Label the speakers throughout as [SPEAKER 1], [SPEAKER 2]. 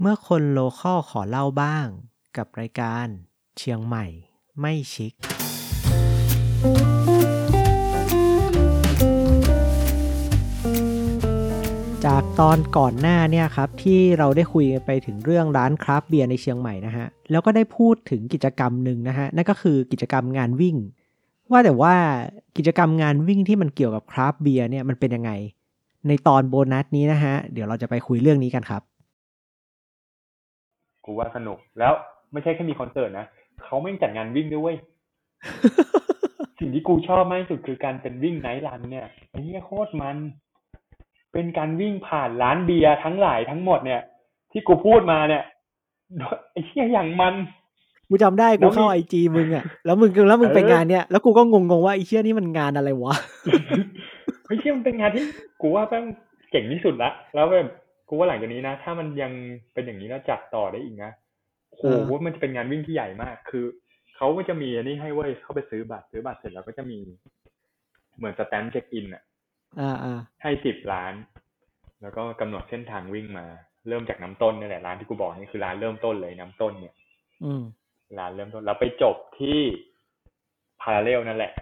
[SPEAKER 1] เมื่อคนโลคอลขอเล่าบ้างกับรายการ เชียงใหม่ ไม่ชิค จากตอนก่อนหน้าเนี่ยครับที่เราได้คุยกันไปถึงเรื่องร้านคราฟต์เบียร์ในเชียงใหม่นะฮะแล้วก็ได้พูดถึงกิจกรรมหนึ่งนะฮะนั่นก็คือกิจกรรมงานวิ่ง ว่าแต่ว่ากิจกรรมงานวิ่งที่มันเกี่ยวกับคราฟต์เบียร์เนี่ยมันเป็นยังไง ในตอนโบนัสนี้นะฮะเดี๋ยวเราจะไปคุยเรื่องนี้กันครับ
[SPEAKER 2] กูว่าสนุก แล้วไม่ใช่แค่มีคอนเสิร์ตนะเขาไม่งจัดงานวิ่ง ด้วยเวย สิ่งที่กูชอบมากที่สุดคือการเป็นวิ่งไนท์รันเนี่ยไอ้เหี้ยโคตรมัน เป็นการวิ่งผ่านร้านเบียร์ทั้งหลายทั้งหมดเนี่ย ที่กูพูดมาเนี่ย ไอ้เหี้ยอย่างมัน
[SPEAKER 1] กูจำได้กูเข้า
[SPEAKER 2] แล้ว
[SPEAKER 1] ไอ
[SPEAKER 2] มี
[SPEAKER 1] จีมึงอะแล้วมึงแล้วมึงไป
[SPEAKER 2] เออ
[SPEAKER 1] งานเนี่ยแล้วกูก็งงๆว่าไอเชี่ยนี่มันงานอะไรวะ
[SPEAKER 2] เฮ้ยเชี่ยมันเป็นงานที่กูว่าแม่งเจ๋งที่สุดละแล้วแบบกูว่าหลังจากนี้นะ ถ้ามันยังเป็นอย่างนี้แล้วจัดต่อได้อีกนะโอ้โห
[SPEAKER 1] เออ
[SPEAKER 2] ว่ามันจะเป็นงานวิ่งที่ใหญ่มาก คือเขาก็จะมีอันนี้ให้เว้ยเข้าไปซื้อบัตรซื้อบัตรเสร็จแล้วก็จะมี เหมือนสแตมป์เช็คอินอ่ะ
[SPEAKER 1] อ่าอ่า
[SPEAKER 2] ให้สิบร้าน แล้วก็กำหนดเส้นทางวิ่งมา เริ่มจากน้ำต้นนี่แหละร้านที่กูบอกนี่คือร้านเริ่มต้นเลยน้ำต้นเนี่ย
[SPEAKER 1] อืม
[SPEAKER 2] ร้านเริ่มต้นเราไปจบที่พาราเรลนั่นแหละ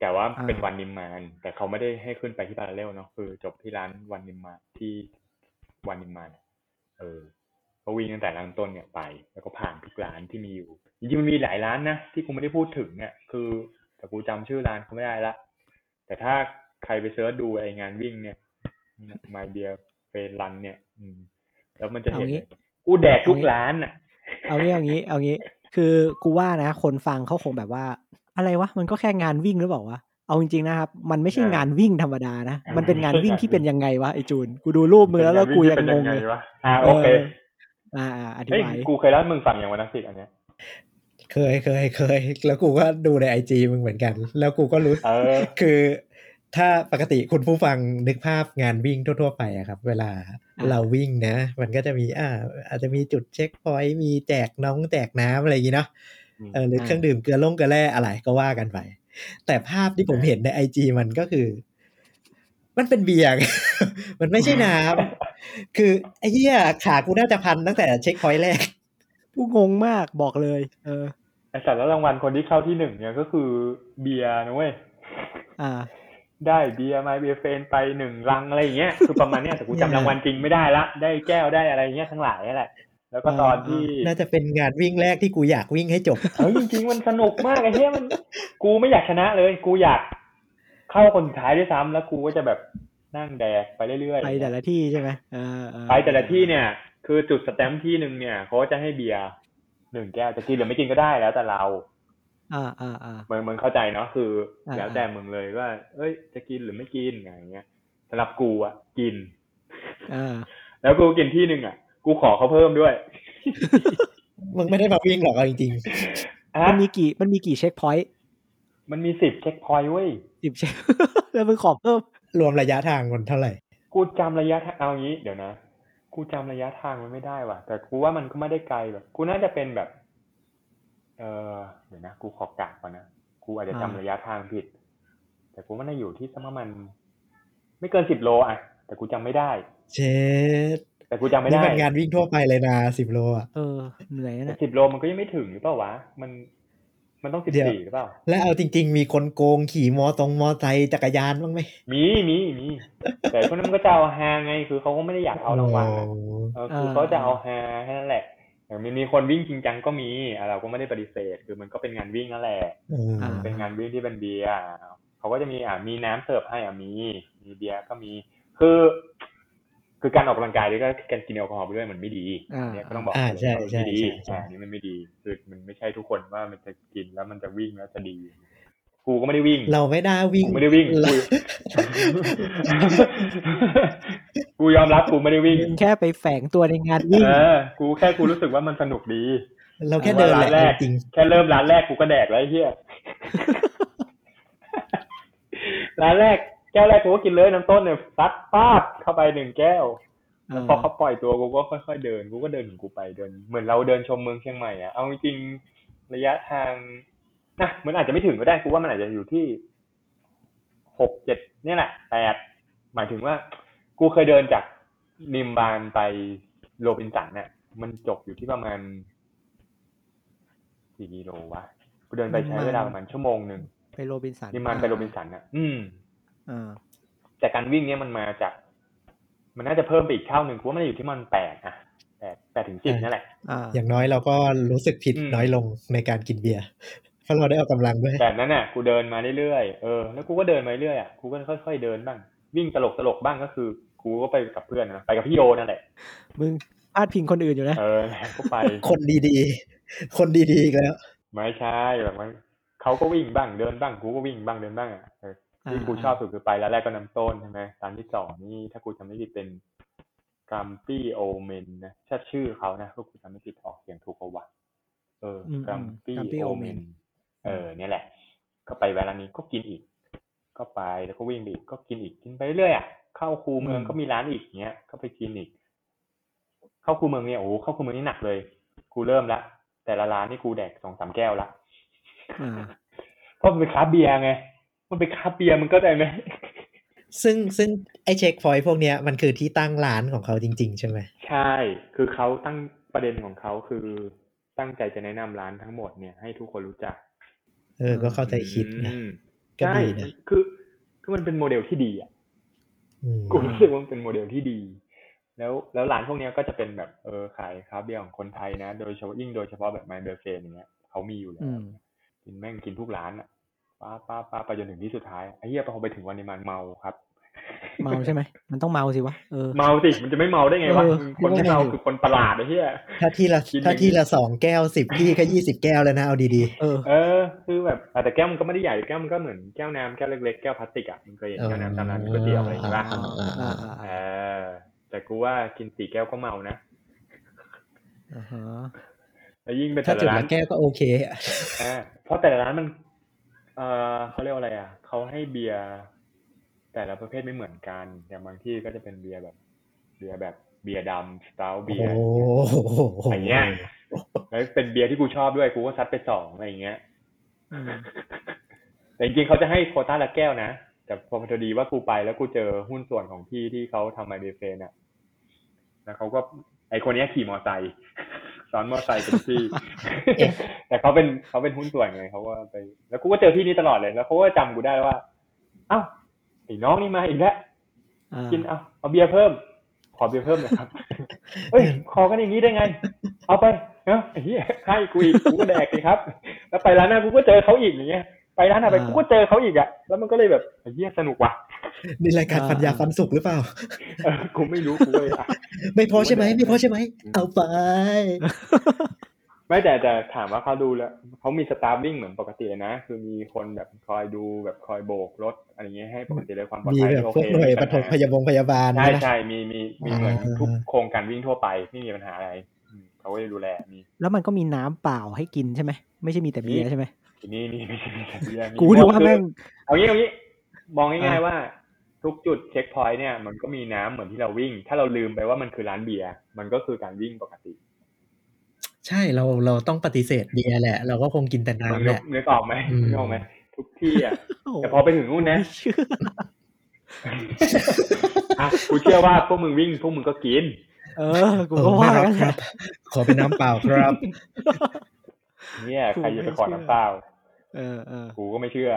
[SPEAKER 2] แต่ว่า
[SPEAKER 1] อ่า
[SPEAKER 2] เป็นวันนิมมาน แต่เขาไม่ได้ให้ขึ้นไปที่พาราเรลเนาะคือจบที่ร้านวันนิมมานที่วันนิมมานเออก็วิ่งตั้งแต่ร้านต้นเนี่ยไป แล้วก็ผ่านทุกร้านที่มีอยู่จริงๆมันมีหลายร้านนะที่กูไม่ได้พูดถึงเนี่ยคือแต่กูจำชื่อร้านเขาไม่ได้ละแต่ถ้าใครไปเสิร์ชดูไองานวิ่งเนี่ยมาเบียเฟรนเนี่ย อืม แล้วมันจะเห็นเลยกูแดกทุกร้านอ่ะ
[SPEAKER 1] เอางี้เอางี้เอางี้ คือกูว่านะ คนฟังเขาคงแบบว่า อะไรวะมันก็แค่งานวิ่งหรือเปล่าวะเอาจริงๆนะครับ มันไม่ใช่
[SPEAKER 2] อ่าง
[SPEAKER 1] งานวิ่งธรรมดานะ
[SPEAKER 2] อ่ามั
[SPEAKER 1] มันเป็นงานวิ่ง
[SPEAKER 2] ใช่
[SPEAKER 1] ที่เป็นยังไงวะไอจูน กูดูรูปมือแล้วแล้วกูยังงง
[SPEAKER 2] เล
[SPEAKER 1] เลย
[SPEAKER 2] ยว่าอ่าโอเค
[SPEAKER 1] อ่าอ่าอธิ
[SPEAKER 2] เฮ้ย
[SPEAKER 1] บาย
[SPEAKER 2] กูเคยเล่าให้มึงฟังอย่างวันนักศิษย์อันเนี้ย
[SPEAKER 3] เคยเคยเคย แล้วกูก็ดูในไอจีมึงเหมือนกัน แล้วกูก็รู้
[SPEAKER 2] เออ
[SPEAKER 3] คือถ้าปกติคุณผู้ฟังนึกภาพงานวิ่งทั่ว ๆ ไปอะครับ เวลาเราวิ่งนะ มันก็จะมีอ่าอาจจะมีจุดเช็คพอยต์มีแจกน้องแจกน้ำอะไรอย่างนี้เนาะ
[SPEAKER 2] อืม
[SPEAKER 3] เออหรือเครื่องดื่มเกลือล่งเกลือแร่อะไรก็ว่ากันไป แต่ภาพที่ผมเห็นในไอจีมันก็คือ มันเป็นเบียร์ มันไม่ใช่น้ำ คือไอ้เหี้ยขากูน่าจะพันตั้งแต่เช็คพอยต์แร ก
[SPEAKER 1] กูงงมากบอกเลย เออ
[SPEAKER 2] ไอสัตว์แล้วรางวัลคนที่เข้าที่หนึ่งเนี่ยก็คือเบียร์นะเว้ย
[SPEAKER 1] อ่า
[SPEAKER 2] ได้เบียร์มาเบียร์เฟนไปหนึ่งลังอะไรอย่างเงี้ ย คือประมาณเนี้ยแต่กูจำรางวัลจริงไม่ได้ละ ได้แก้วได้อะไรเงี้ยทั้งหลายนั่นแหละ แล้วก็ตอนที่
[SPEAKER 3] น่าจะเป็นงานวิ่งแรกที่กูอยากวิ่งให้จบ
[SPEAKER 2] เฮ้ยจริงๆมันสนุกมากไอ้เหี้ยมัน กูไม่อยากชนะเลย กูอยากเข้าคนสุดท้ายด้วยซ้ำแล้วกูก็จะแบบนั่งแดกไปเรื่อยๆ
[SPEAKER 1] ไปแต่ละที่ใช่ไหมเออเออ
[SPEAKER 2] ไปแต่ละที่เนี่ย คือจุดสแตมป์ที่หนึ่งเนี่ยเขาจะให้เบียร์หนึ่งแก้วจะกินหรือไม่กินก็ได้แล้วแต่เรา
[SPEAKER 1] อ่าอ่าอ่า
[SPEAKER 2] เหมือนเหมือนเข้าใจเนาะคืออา แล้วแต่มึงเลยว่า เอ้ย จะกินหรือไม่กินอะไรเงี้ยสำหรับกูอ่ะกิน
[SPEAKER 1] อ่า
[SPEAKER 2] แล้วกูกินที่หนึ่งอ่ะ กูขอเขาเพิ่มด้วย
[SPEAKER 3] มึงไม่ได้มาวิ่งหรอกเอาจริง
[SPEAKER 2] อ่ะ
[SPEAKER 1] มันมีกี่มันมีกี่เช็คพอยต์
[SPEAKER 2] มันมีสิบเช็คพอยต์เว้ย
[SPEAKER 1] สิบเช็ค แล้วมึงขอเพิ่ม
[SPEAKER 3] ๆ รวมระยะทางมันเท่าไหร่
[SPEAKER 2] กูจำระยะทางเอางี้เดี๋ยวนะกูจำระยะทางมันไม่ได้ว่ะ แต่กูว่ามันก็ไม่ได้ไกลแบบกูน่าจะเป็นแบบ เออเดี๋ยวนะกูขอกลับก่อนนะกูอาจจะจำระยะทางผิด แต่กูว่าน่าอยู่ที่สักประมาณไม่เกินสิบโลอ่ะ แต่กูจำไม่ได้
[SPEAKER 3] เช็ด
[SPEAKER 2] แต่กูจำไม่
[SPEAKER 3] นี่
[SPEAKER 2] ได้
[SPEAKER 3] มันงานวิ่งทั่วไปเลยนะสิบโลอะ
[SPEAKER 1] เออเหนื่อยนะเนี่ย
[SPEAKER 2] สิบโลมันก็ยังไม่ถึงหรือเปล่าวะมันมันต้องสิบสี่หรือเปล่า
[SPEAKER 3] และเอาจริง ๆ มีคนโกงขี่มอตรงมอไซค์จักรยานบ้างไหม
[SPEAKER 2] มีมีมีแต่คนนั้นมันก็จะเอาฮาไงคือเขาก็ไม่ได้อยากเอารางวัลอะ
[SPEAKER 3] โอ้
[SPEAKER 2] เออคืออา เขาจะเอาฮาแค่นั้นแหละอย่างมีมีคนวิ่งจริงจังก็มีอ่ะเราก็ไม่ได้ปฏิเสธ คือมันก็เป็นงานวิ่งนั่นแหละ
[SPEAKER 3] เออ
[SPEAKER 1] อ่า
[SPEAKER 2] เป็นงานวิ่งที่เป็นเบียร์อ่ะเขาก็จะมีอ่ะมีน้ำเสิร์ฟให้อ่ะมี มีเบียร์ก็มี คือ คือการออกกำลังกายด้วยก็การกินแอลกอฮอล์ไปด้วยมันไม่ดี
[SPEAKER 1] อ่า
[SPEAKER 2] อันเนี่ยก็ต้องบอก
[SPEAKER 3] อ่าใช่
[SPEAKER 2] ว่ามัน
[SPEAKER 3] ใช่
[SPEAKER 2] ไม่ดี
[SPEAKER 3] ใช่ใช่
[SPEAKER 2] อ่าอันนี่มันไม่ดี คือมันไม่ใช่ทุกคนว่ามันจะกินแล้วมันจะวิ่งแล้วจะดี กูก็ไม่ได้วิ่ง
[SPEAKER 3] เราไม่ได้วิ่ง
[SPEAKER 2] กูไม่ได้วิ่งกู
[SPEAKER 3] เรา
[SPEAKER 2] กูยอมรับกูไม่ได้วิ่ง
[SPEAKER 1] แค่ไปแฝงตัวในงานวิ่ง
[SPEAKER 2] เออ กูแค่กูรู้สึกว่ามันสนุกดี
[SPEAKER 3] เราแค่เดินแห
[SPEAKER 2] ร้า
[SPEAKER 3] ละ
[SPEAKER 2] นแรก
[SPEAKER 3] จริง
[SPEAKER 2] แค่เริ่มร้านแรกกูก็แดกแล้วไอ้เฮีย ร้านแรกแก้วแรกกูก็กินเลยน้ำต้นเนี่ยซัดป้าบเข้าไปหนึ่งแก้ว
[SPEAKER 1] เออ
[SPEAKER 2] พอเขาปล่อยตัวกูก็ค่อย ๆ เดิน กูก็เดินของกูไปเดิน เหมือนเราเดินชมเมืองเชียงใหม่อะเอาจริงๆระยะทางนะมันอาจจะไม่ถึงก็ได้กูว่ามันอาจจะอยู่ที่หกเจ็ดเนี่ยแหละแปดหมายถึงว่า กูเคยเดินจากนิมบานไปโรบินสันเนี่ย มันจบอยู่ที่ประมาณกี่กิโลวะกูเดินไปใช้เวลาประมาณชั่วโมงหนึ่ง
[SPEAKER 1] ไปโรบินสัน
[SPEAKER 2] นิมมานไปโรบินสันอ่ะ อืม
[SPEAKER 1] อ่า
[SPEAKER 2] แต่การวิ่งเนี้ยมันมาจาก มันน่าจะเพิ่มไปอีกเท่าหนึ่งกูว่ามันอยู่ที่มันแปดอ่ะแปดแปดถึงสิบนั่นแหละ
[SPEAKER 1] อ่า
[SPEAKER 3] อย่างน้อยเราก็รู้สึกผิด
[SPEAKER 2] อืม
[SPEAKER 3] น้อยลงในการกินเบียร์เพราะเราได้ออกกำลังด้วย
[SPEAKER 2] แบบนั้นน่ะกูเดินมาเรื่อยๆ เออ แล้วกูก็เดินมาเรื่อยๆอ่ะ กูก็ค่อยๆเดินบ้าง วิ่งตลกตลกๆบ้างก็คือ กูก็ไปกับเพื่อนนะ ไปกับพี่โยนั่นแหละ
[SPEAKER 1] มึงพาดพิงคนอื่นอยู่นะ
[SPEAKER 2] เอ อก็ไป
[SPEAKER 3] คนดีๆ คนดีๆอีกแล้ว
[SPEAKER 2] ไม่ใช่แบบมันเขาก็วิ่งบ้างเดินบ้าง กูก็วิ่งบ้างเดินบ้างอ่ะเออที่กูชอบสุดคือไปแล้วแรกก็น้ำต้นใช่ไหมร้านที่สองนี่ถ้ากูจำไม่ผิดเป็นกัมปี้โอเมนนะถ้าชื่อเขานะถ้ากูจำไม่ผิดออกเสียงถูกเขาวะเออ
[SPEAKER 1] อืม
[SPEAKER 2] กั
[SPEAKER 1] อื
[SPEAKER 2] ม
[SPEAKER 1] มกัม
[SPEAKER 2] ปี้
[SPEAKER 1] ปี้
[SPEAKER 2] โอ
[SPEAKER 1] โอ
[SPEAKER 2] เม
[SPEAKER 1] เม
[SPEAKER 2] น
[SPEAKER 1] น
[SPEAKER 2] เออเนี่ยแหละ ก็ไปเวลานี้ก็กินอีก ก็ไปแล้วก็วิ่งไปอีกก็กินอีกกินไปเรื่อยอ่ะเข้าคูเมือง
[SPEAKER 3] อืม
[SPEAKER 2] ก็มีร้านอีกเงี้ยก็ไปกินอีก เข้าคูเมืองเนี่ยโอ้โหเข้าคูเมืองนี่หนักเลย กูเริ่มละแต่ละร้านนี่กูแดกสองสามแก้วละ
[SPEAKER 1] อ่า
[SPEAKER 2] เพราะมันเป็นคราฟต์เบียร์ไง มันเป็นคราฟต์เบียร์มันก็ได้ไหม
[SPEAKER 3] ซึ่งซึ่งไอเช็คพอยต์พวกเนี้ยมันคือที่ตั้งร้านของเขาจริง ๆ ใช่ไหม
[SPEAKER 2] ใช่ คือเขาตั้งประเด็นของเขาคือตั้งใจจะแนะนำร้านทั้งหมดเนี่ยให้ทุกคนรู้จัก
[SPEAKER 3] เออ ก็เข้าใจคิดนะ
[SPEAKER 2] อืม
[SPEAKER 3] ก็ดีนะ
[SPEAKER 2] ใช่คือ คือมันเป็นโมเดลที่ดีอ่ะ
[SPEAKER 3] อืม
[SPEAKER 2] กูรู้สึกว่ามันเป็นโมเดลที่ดี แล้วแล้วร้านพวกเนี้ยก็จะเป็นแบบเออขายคราฟต์เบียร์ของคนไทยนะ โดยเฉพาะยิ่งโดยเฉพาะแบบไมเบอร์เฟนอย่างเงี้ยเขามีอยู่แล้
[SPEAKER 1] อื
[SPEAKER 2] ว
[SPEAKER 1] ม
[SPEAKER 2] กินแม่งกินทุกร้านอ่ะป้าป้าป้าไปจนถึงที่สุดท้ายไอ้เหี้ยพอไปถึงวันในมันเมาครับ
[SPEAKER 1] เมาใช่ไหมมันต้องเมาสิวะเออ
[SPEAKER 2] เมาสิมันจะไม่เมาได้ไงวะ
[SPEAKER 1] เออ
[SPEAKER 2] คนที่
[SPEAKER 1] ใช่
[SPEAKER 2] เมาคือคนประหลาดไอ้เหี้ย
[SPEAKER 3] ถ้าที่ละ
[SPEAKER 2] กินอย่างนี้
[SPEAKER 3] ถ้าที่ละสองแก้วสิบที่ก็ยี่สิบแก้วแล้วนะ เอาดี
[SPEAKER 1] เออ
[SPEAKER 2] เออ คือแบบอ่ะแต่แก้วมันก็ไม่ได้ใหญ่แก้วมันก็เหมือนแก้วน้ำแก้วเล็กๆแก้วพลาสติกอ่ะมันเคยเห็น
[SPEAKER 3] ๆ
[SPEAKER 2] แก้วน้ำตามร้านก๋วยเตี๋ยวอะไรอย่างเงี้ยป่ะ
[SPEAKER 1] อ่าอ่าอ่าอ่า
[SPEAKER 2] เออ แต่กูว่ากินสี่แก้วก็เมานะ
[SPEAKER 1] อ่าฮะ
[SPEAKER 2] แล้วยิ่งเป็นแต่
[SPEAKER 3] ถ้า
[SPEAKER 2] ละ
[SPEAKER 3] จุด
[SPEAKER 2] ร้าน
[SPEAKER 3] ละแก้วก็โอเคอะ
[SPEAKER 2] เออเพราะแต่ละร้านมัน เออเขาเรียกว่าอะไรอ่ะเขาให้เบียร์แต่ละประเภทไม่เหมือนกัน อย่างบางที่ก็จะเป็นเบียร์แบบ เบียร์แบบเบียร์ดำสตาวเบีย
[SPEAKER 3] โอ้
[SPEAKER 2] ร์
[SPEAKER 3] โห
[SPEAKER 2] อย่างเงี้ยแล้วเป็นเบียร์ที่กูชอบด้วยกูก็ซัดไปสองอะไรอย่างเงี้ย
[SPEAKER 1] อืม
[SPEAKER 2] แต่จริงๆเขาจะให้โควต้าละแก้วนะ แต่พอพอดีว่ากูไปแล้วกูเจอหุ้นส่วนของพี่ที่เขาทำไมเบเฟนอ่ะ แล้วเขาก็ไอคนเนี้ยขี่มอไซค์ ซ้อนมอไซค์เป็นพี่ แต่เขาเป็นเขาเป็นหุ้นส่วนไงเขาก็ไป แล้วกูก็เจอพี่นี้ตลอดเลย แล้วเขาก็จำกูได้ว่า เอ้าไอ้น้องนี่มาอีกแล้ว
[SPEAKER 1] อ่า
[SPEAKER 2] กินเอาเอาเบียร์เพิ่ม ขอเบียร์เพิ่มหนะครับ เอ้ย ขอกันอย่างนี้ได้ไง เอาไปเนาะไอ้เหี้ยให้กูอีกกูก็แดกเลยครับ แล้วไปร้านหน้ากูก็เจอเขาอีกอย่างเงี้ย ไปร้านหน้าไปกูก็เจอเขาอีกอ่ะ แล้วมันก็เลยแบบไอ้เหี้ยสนุกว่ะ
[SPEAKER 3] นี่รายการปัญญาฟันสุกหรือเปล่า
[SPEAKER 2] เออกูไม่รู้กูเลยอ่ะ
[SPEAKER 3] ไม่พอใช่ไหมไม่พอใช่ไหม
[SPEAKER 2] อืม
[SPEAKER 3] เอาไป
[SPEAKER 2] ไม่แต่แต่ถามว่าเขาดูแล้วเขามีสตาร์วิ่งเหมือนปกติเลยนะ คือมีคนแบบคอยดูแบบคอยโบกรถอะไรเงี้ยให้ปกติเลยความปลอด
[SPEAKER 3] มี
[SPEAKER 2] ภัย
[SPEAKER 3] แบบ
[SPEAKER 2] โอ
[SPEAKER 3] พว
[SPEAKER 2] เค
[SPEAKER 3] กหน่วย
[SPEAKER 2] ไม่มี
[SPEAKER 3] ปฐ
[SPEAKER 2] ปั
[SPEAKER 3] ม
[SPEAKER 2] ญหา
[SPEAKER 3] พยาบงพยาบาล
[SPEAKER 2] ใช่
[SPEAKER 3] นะ
[SPEAKER 2] ใช่มีมีมีเหมือน
[SPEAKER 3] อ่า
[SPEAKER 2] ทุกโครงการวิ่งทั่วไปไม่มีปัญหาอะไรอืมเขาก็จะดูแลมี
[SPEAKER 1] แล้วมันก็มีน้ำเปล่าให้กินใช่ไหมไม่ใช่มีแต่เบียร์ใช่ไหม
[SPEAKER 2] นี่นี่ไม่ใช่เบียร์
[SPEAKER 1] กูนึกว่าแม่ง
[SPEAKER 2] เอางี้เอางี้มองง่าย
[SPEAKER 1] อ่ะ
[SPEAKER 2] ๆว่า ทุกจุดเช็คพอยต์เนี่ย มันก็มีน้ำเหมือนที่เราวิ่ง ถ้าเราลืมไปว่ามันคือร้านเบียร์มันก็คือการวิ่งปกติ
[SPEAKER 3] ใช่เราเราต้องปฏิเสธเบียร์แหละ เราก็คงกินแต่
[SPEAKER 2] มึง
[SPEAKER 3] น้ำ
[SPEAKER 2] นึก
[SPEAKER 3] แหละ
[SPEAKER 2] นึกออกไหม
[SPEAKER 3] อืม
[SPEAKER 2] นึกออกไหมทุกที่อ่ะ
[SPEAKER 1] โอ้โห
[SPEAKER 2] แต่พอไปถึงนู่นนะ
[SPEAKER 1] ไม่เชื่อ
[SPEAKER 2] อ่ะกูเชื่อว่าพวกมึงวิ่งพวกมึงก็กิน
[SPEAKER 1] เออกู
[SPEAKER 3] เอ
[SPEAKER 1] ก็
[SPEAKER 3] อไม่
[SPEAKER 1] ว่า
[SPEAKER 3] รับ
[SPEAKER 1] กัน
[SPEAKER 3] ค
[SPEAKER 1] แห
[SPEAKER 3] รั
[SPEAKER 1] ละ
[SPEAKER 3] บ ขอเป็นน้ำเปล่า ครับ
[SPEAKER 2] เนี่ยใครจะไปขอ
[SPEAKER 1] กูไม่เชื่อ
[SPEAKER 2] น้ำเปล่า
[SPEAKER 1] เออเออ
[SPEAKER 2] กูก็ไม่เชื่อ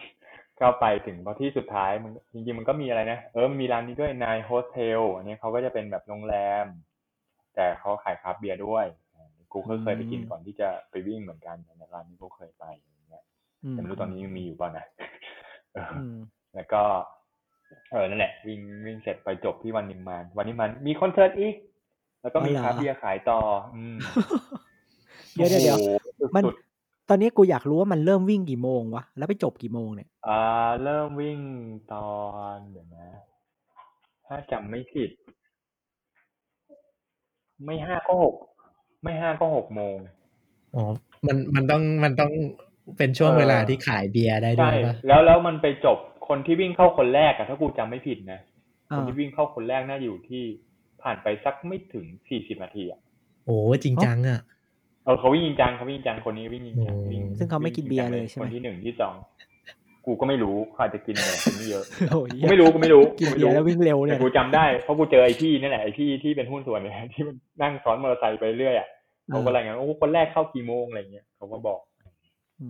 [SPEAKER 2] เข้าไปถึงพอที่สุดท้ายมันจริงๆมันก็มีอะไรนะ เออมันมีร้านนี้ด้วยนายโฮสเทลอันนี้เขาก็จะเป็นแบบโรงแรม แต่เขาขายคราฟต์เบียร์ด้วยอ่ากูก็เคยไปกินก่อนที่จะไปวิ่งเหมือนกันแต่ร้านนี้กูเคยไปอย่างเงี้ย
[SPEAKER 1] อืม
[SPEAKER 2] แต่ไม่รู้ตอนนี้ยังมีอยู่เปล่านะเออ
[SPEAKER 1] อืม
[SPEAKER 2] แล้วก็ เออนั่นแหละ วิ่งวิ่งเสร็จไปจบที่วันนิมมานวันนิมมานมีคอนเสิร์ตอีก แล้วก็มีคราฟต์เบียร์ขายต่อ อืม
[SPEAKER 1] เดี๋ยวเดี๋ยวเดี๋ยว
[SPEAKER 2] โอ้โห
[SPEAKER 1] มัน
[SPEAKER 2] สุด
[SPEAKER 1] ตอนนี้กูอยากรู้ว่ามันเริ่มวิ่งกี่โมงวะ แล้วไปจบกี่โมงเนี่ย
[SPEAKER 2] อ่าเริ่มวิ่งตอนเดี๋ยวนะ ถ้าจำไม่ผิด ไม่ห้าก็หกไม่ห้าก็หกโมง
[SPEAKER 3] อ๋อ มันมันต้องมันต้องเป็นช่วง
[SPEAKER 2] เออ
[SPEAKER 3] เวลาที่ขายเบียร์ได้ด้ว
[SPEAKER 2] ใช่
[SPEAKER 3] ยป่ะ
[SPEAKER 2] แล้วแล้วมันไปจบคนที่วิ่งเข้าคนแรกอะถ้ากูจำไม่ผิดนะ
[SPEAKER 1] อ่า
[SPEAKER 2] คนที่วิ่งเข้าคนแรกน่าอยู่ที่ผ่านไปสักไม่ถึงสี่สิบนาทีอะ
[SPEAKER 3] โอ้จริงจังอ่ะ
[SPEAKER 2] เออเขาวิ่งจริงจังเขาวิ่งจริงจังคนนี้วิ่งจริงจังวิ่ง
[SPEAKER 1] ซึ่งเขาไม่กินเบียร์เลยใช่ไหม
[SPEAKER 2] คนที่หนึ่งที่สอง กูก็ไม่รู้เขาอาจจะกินอะไรกินไม่ เยอะ
[SPEAKER 1] โอ้ย
[SPEAKER 2] กูไม่รู้กูไม่รู้
[SPEAKER 1] กิน
[SPEAKER 2] กูไม่
[SPEAKER 1] เบียร์
[SPEAKER 2] รู้
[SPEAKER 1] แล้ววิ่งเร็วเนี่
[SPEAKER 2] แต่
[SPEAKER 1] ย
[SPEAKER 2] กูจำได้เพราะกูเจอไอ้พี่นี่แหละไอ้พี่ที่เป็นหุ้นส่วนเนี่ย ที่มันนั่งซ้อนมอเตอร์ไซค์ไปเรื่อยอ่ะเขาก็รายงานว่าโอ้คนแรกเข้ากี่โมงอะไรเงี้ยเขาก็บอก
[SPEAKER 1] อื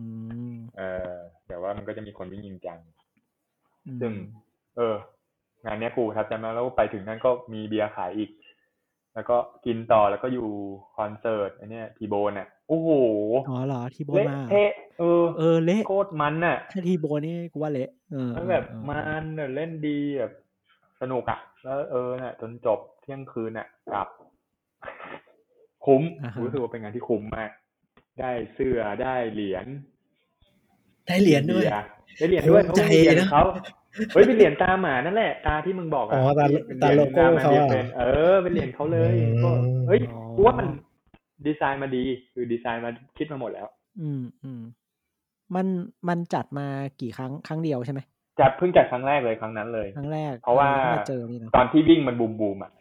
[SPEAKER 1] ม
[SPEAKER 2] เออแต่ว่ามันก็จะมีคนวิ่งยิงจัง
[SPEAKER 1] อืม
[SPEAKER 2] ซึ่ง เออ งานเนี้ยกูครับจำได้แล้วไปถึงนั่นก็มีเบียร์ขายอีก แล้วก็กินต่อแล้วก็อยู่คอนเสิร์ตไอเนี้ยทีโบนอ่ะโอ้โห
[SPEAKER 1] อ๋อเหรอที่โบน
[SPEAKER 2] เละ
[SPEAKER 1] มา
[SPEAKER 2] เทะเออ
[SPEAKER 1] เออเละ
[SPEAKER 2] โคตรมันน่ะ
[SPEAKER 1] ถ้าทีโบนนี่กูว่าเละเออ
[SPEAKER 2] แล้วแบบ
[SPEAKER 1] เออ
[SPEAKER 2] มันเนี่ยเล่นดีแบบสนุกอ่ะ แล้วเออเนี่ยจนจบเที่ยงคืนน่ะกลับ คุ้มรู้สึกว่าเป็นงานที่คุ้มมาก ได้เสื้อได้เหรียญ
[SPEAKER 3] ได้เหรียญด้วย
[SPEAKER 2] เบีร์ได้เหรียญด้วย
[SPEAKER 3] ภู
[SPEAKER 2] เขา
[SPEAKER 3] มิใจ
[SPEAKER 2] มีเหรียญ
[SPEAKER 3] นะ
[SPEAKER 2] เขาเฮ้ยเป็นเหรียญตาหมานั่นแหละ ตาที่มึงบอก
[SPEAKER 3] อ๋
[SPEAKER 2] อ่ะ
[SPEAKER 3] อตา
[SPEAKER 2] เป็นเหรียญ
[SPEAKER 3] ตาโลโก้
[SPEAKER 2] หน้หม
[SPEAKER 3] เขาอะ
[SPEAKER 2] เป็นเออเป็นเหรียญเขาเลย
[SPEAKER 3] อืม
[SPEAKER 2] ก็เฮ้ยกูว่ามันดีไซน์มาดี คือดีไซน์มาคิดมาหมดแล้ว
[SPEAKER 1] อืมอืมมันมันจัดมากี่ครั้งครั้งเดียวใช่ไหม
[SPEAKER 2] จัดเพิ่งจัดครั้งแรกเลยครั้งนั้นเลย
[SPEAKER 1] ครั้งแรก
[SPEAKER 2] เพราะว่า
[SPEAKER 1] ออแล้วมาเจอนี่นะ
[SPEAKER 2] ตอนที่วิ่งมันบูมบูมๆอ่ะ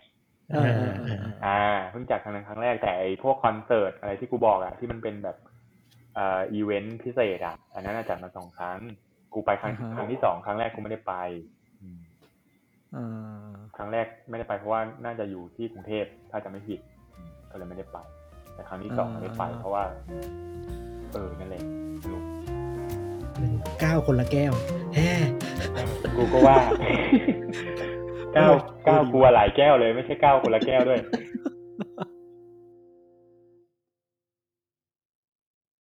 [SPEAKER 1] เออเออเออเออ
[SPEAKER 2] อ่าเพิ่งจัดครั้งนั้นครั้งแรกแต่ไอ้พวกคอนเสิร์ตอะไรที่กูบอกอะที่มันเป็นแบบเอ่ออีเวนต์พิเศษอะอันนั้นอะจัดมาสองครั้ง กูไปครั้งครั้งที่สองครั้งแรกกูไม่ได้ไปอืม
[SPEAKER 1] เออ
[SPEAKER 2] ครั้งแรกไม่ได้ไปเพราะว่าน่าจะอยู่ที่กรุงเทพถ้าจะไม่ผิดอืมก็เลยไม่ได้ไป แต่ครั้งที่สองได้ไป เพราะว่า เออนั่นแหละลูก
[SPEAKER 3] เก้าคนละแก้วแฮ่
[SPEAKER 2] กูก็ว่า เก้าเก้ากูอะหลายแก้วเลยไม่ใช่เก้าคนละแก้วด้วย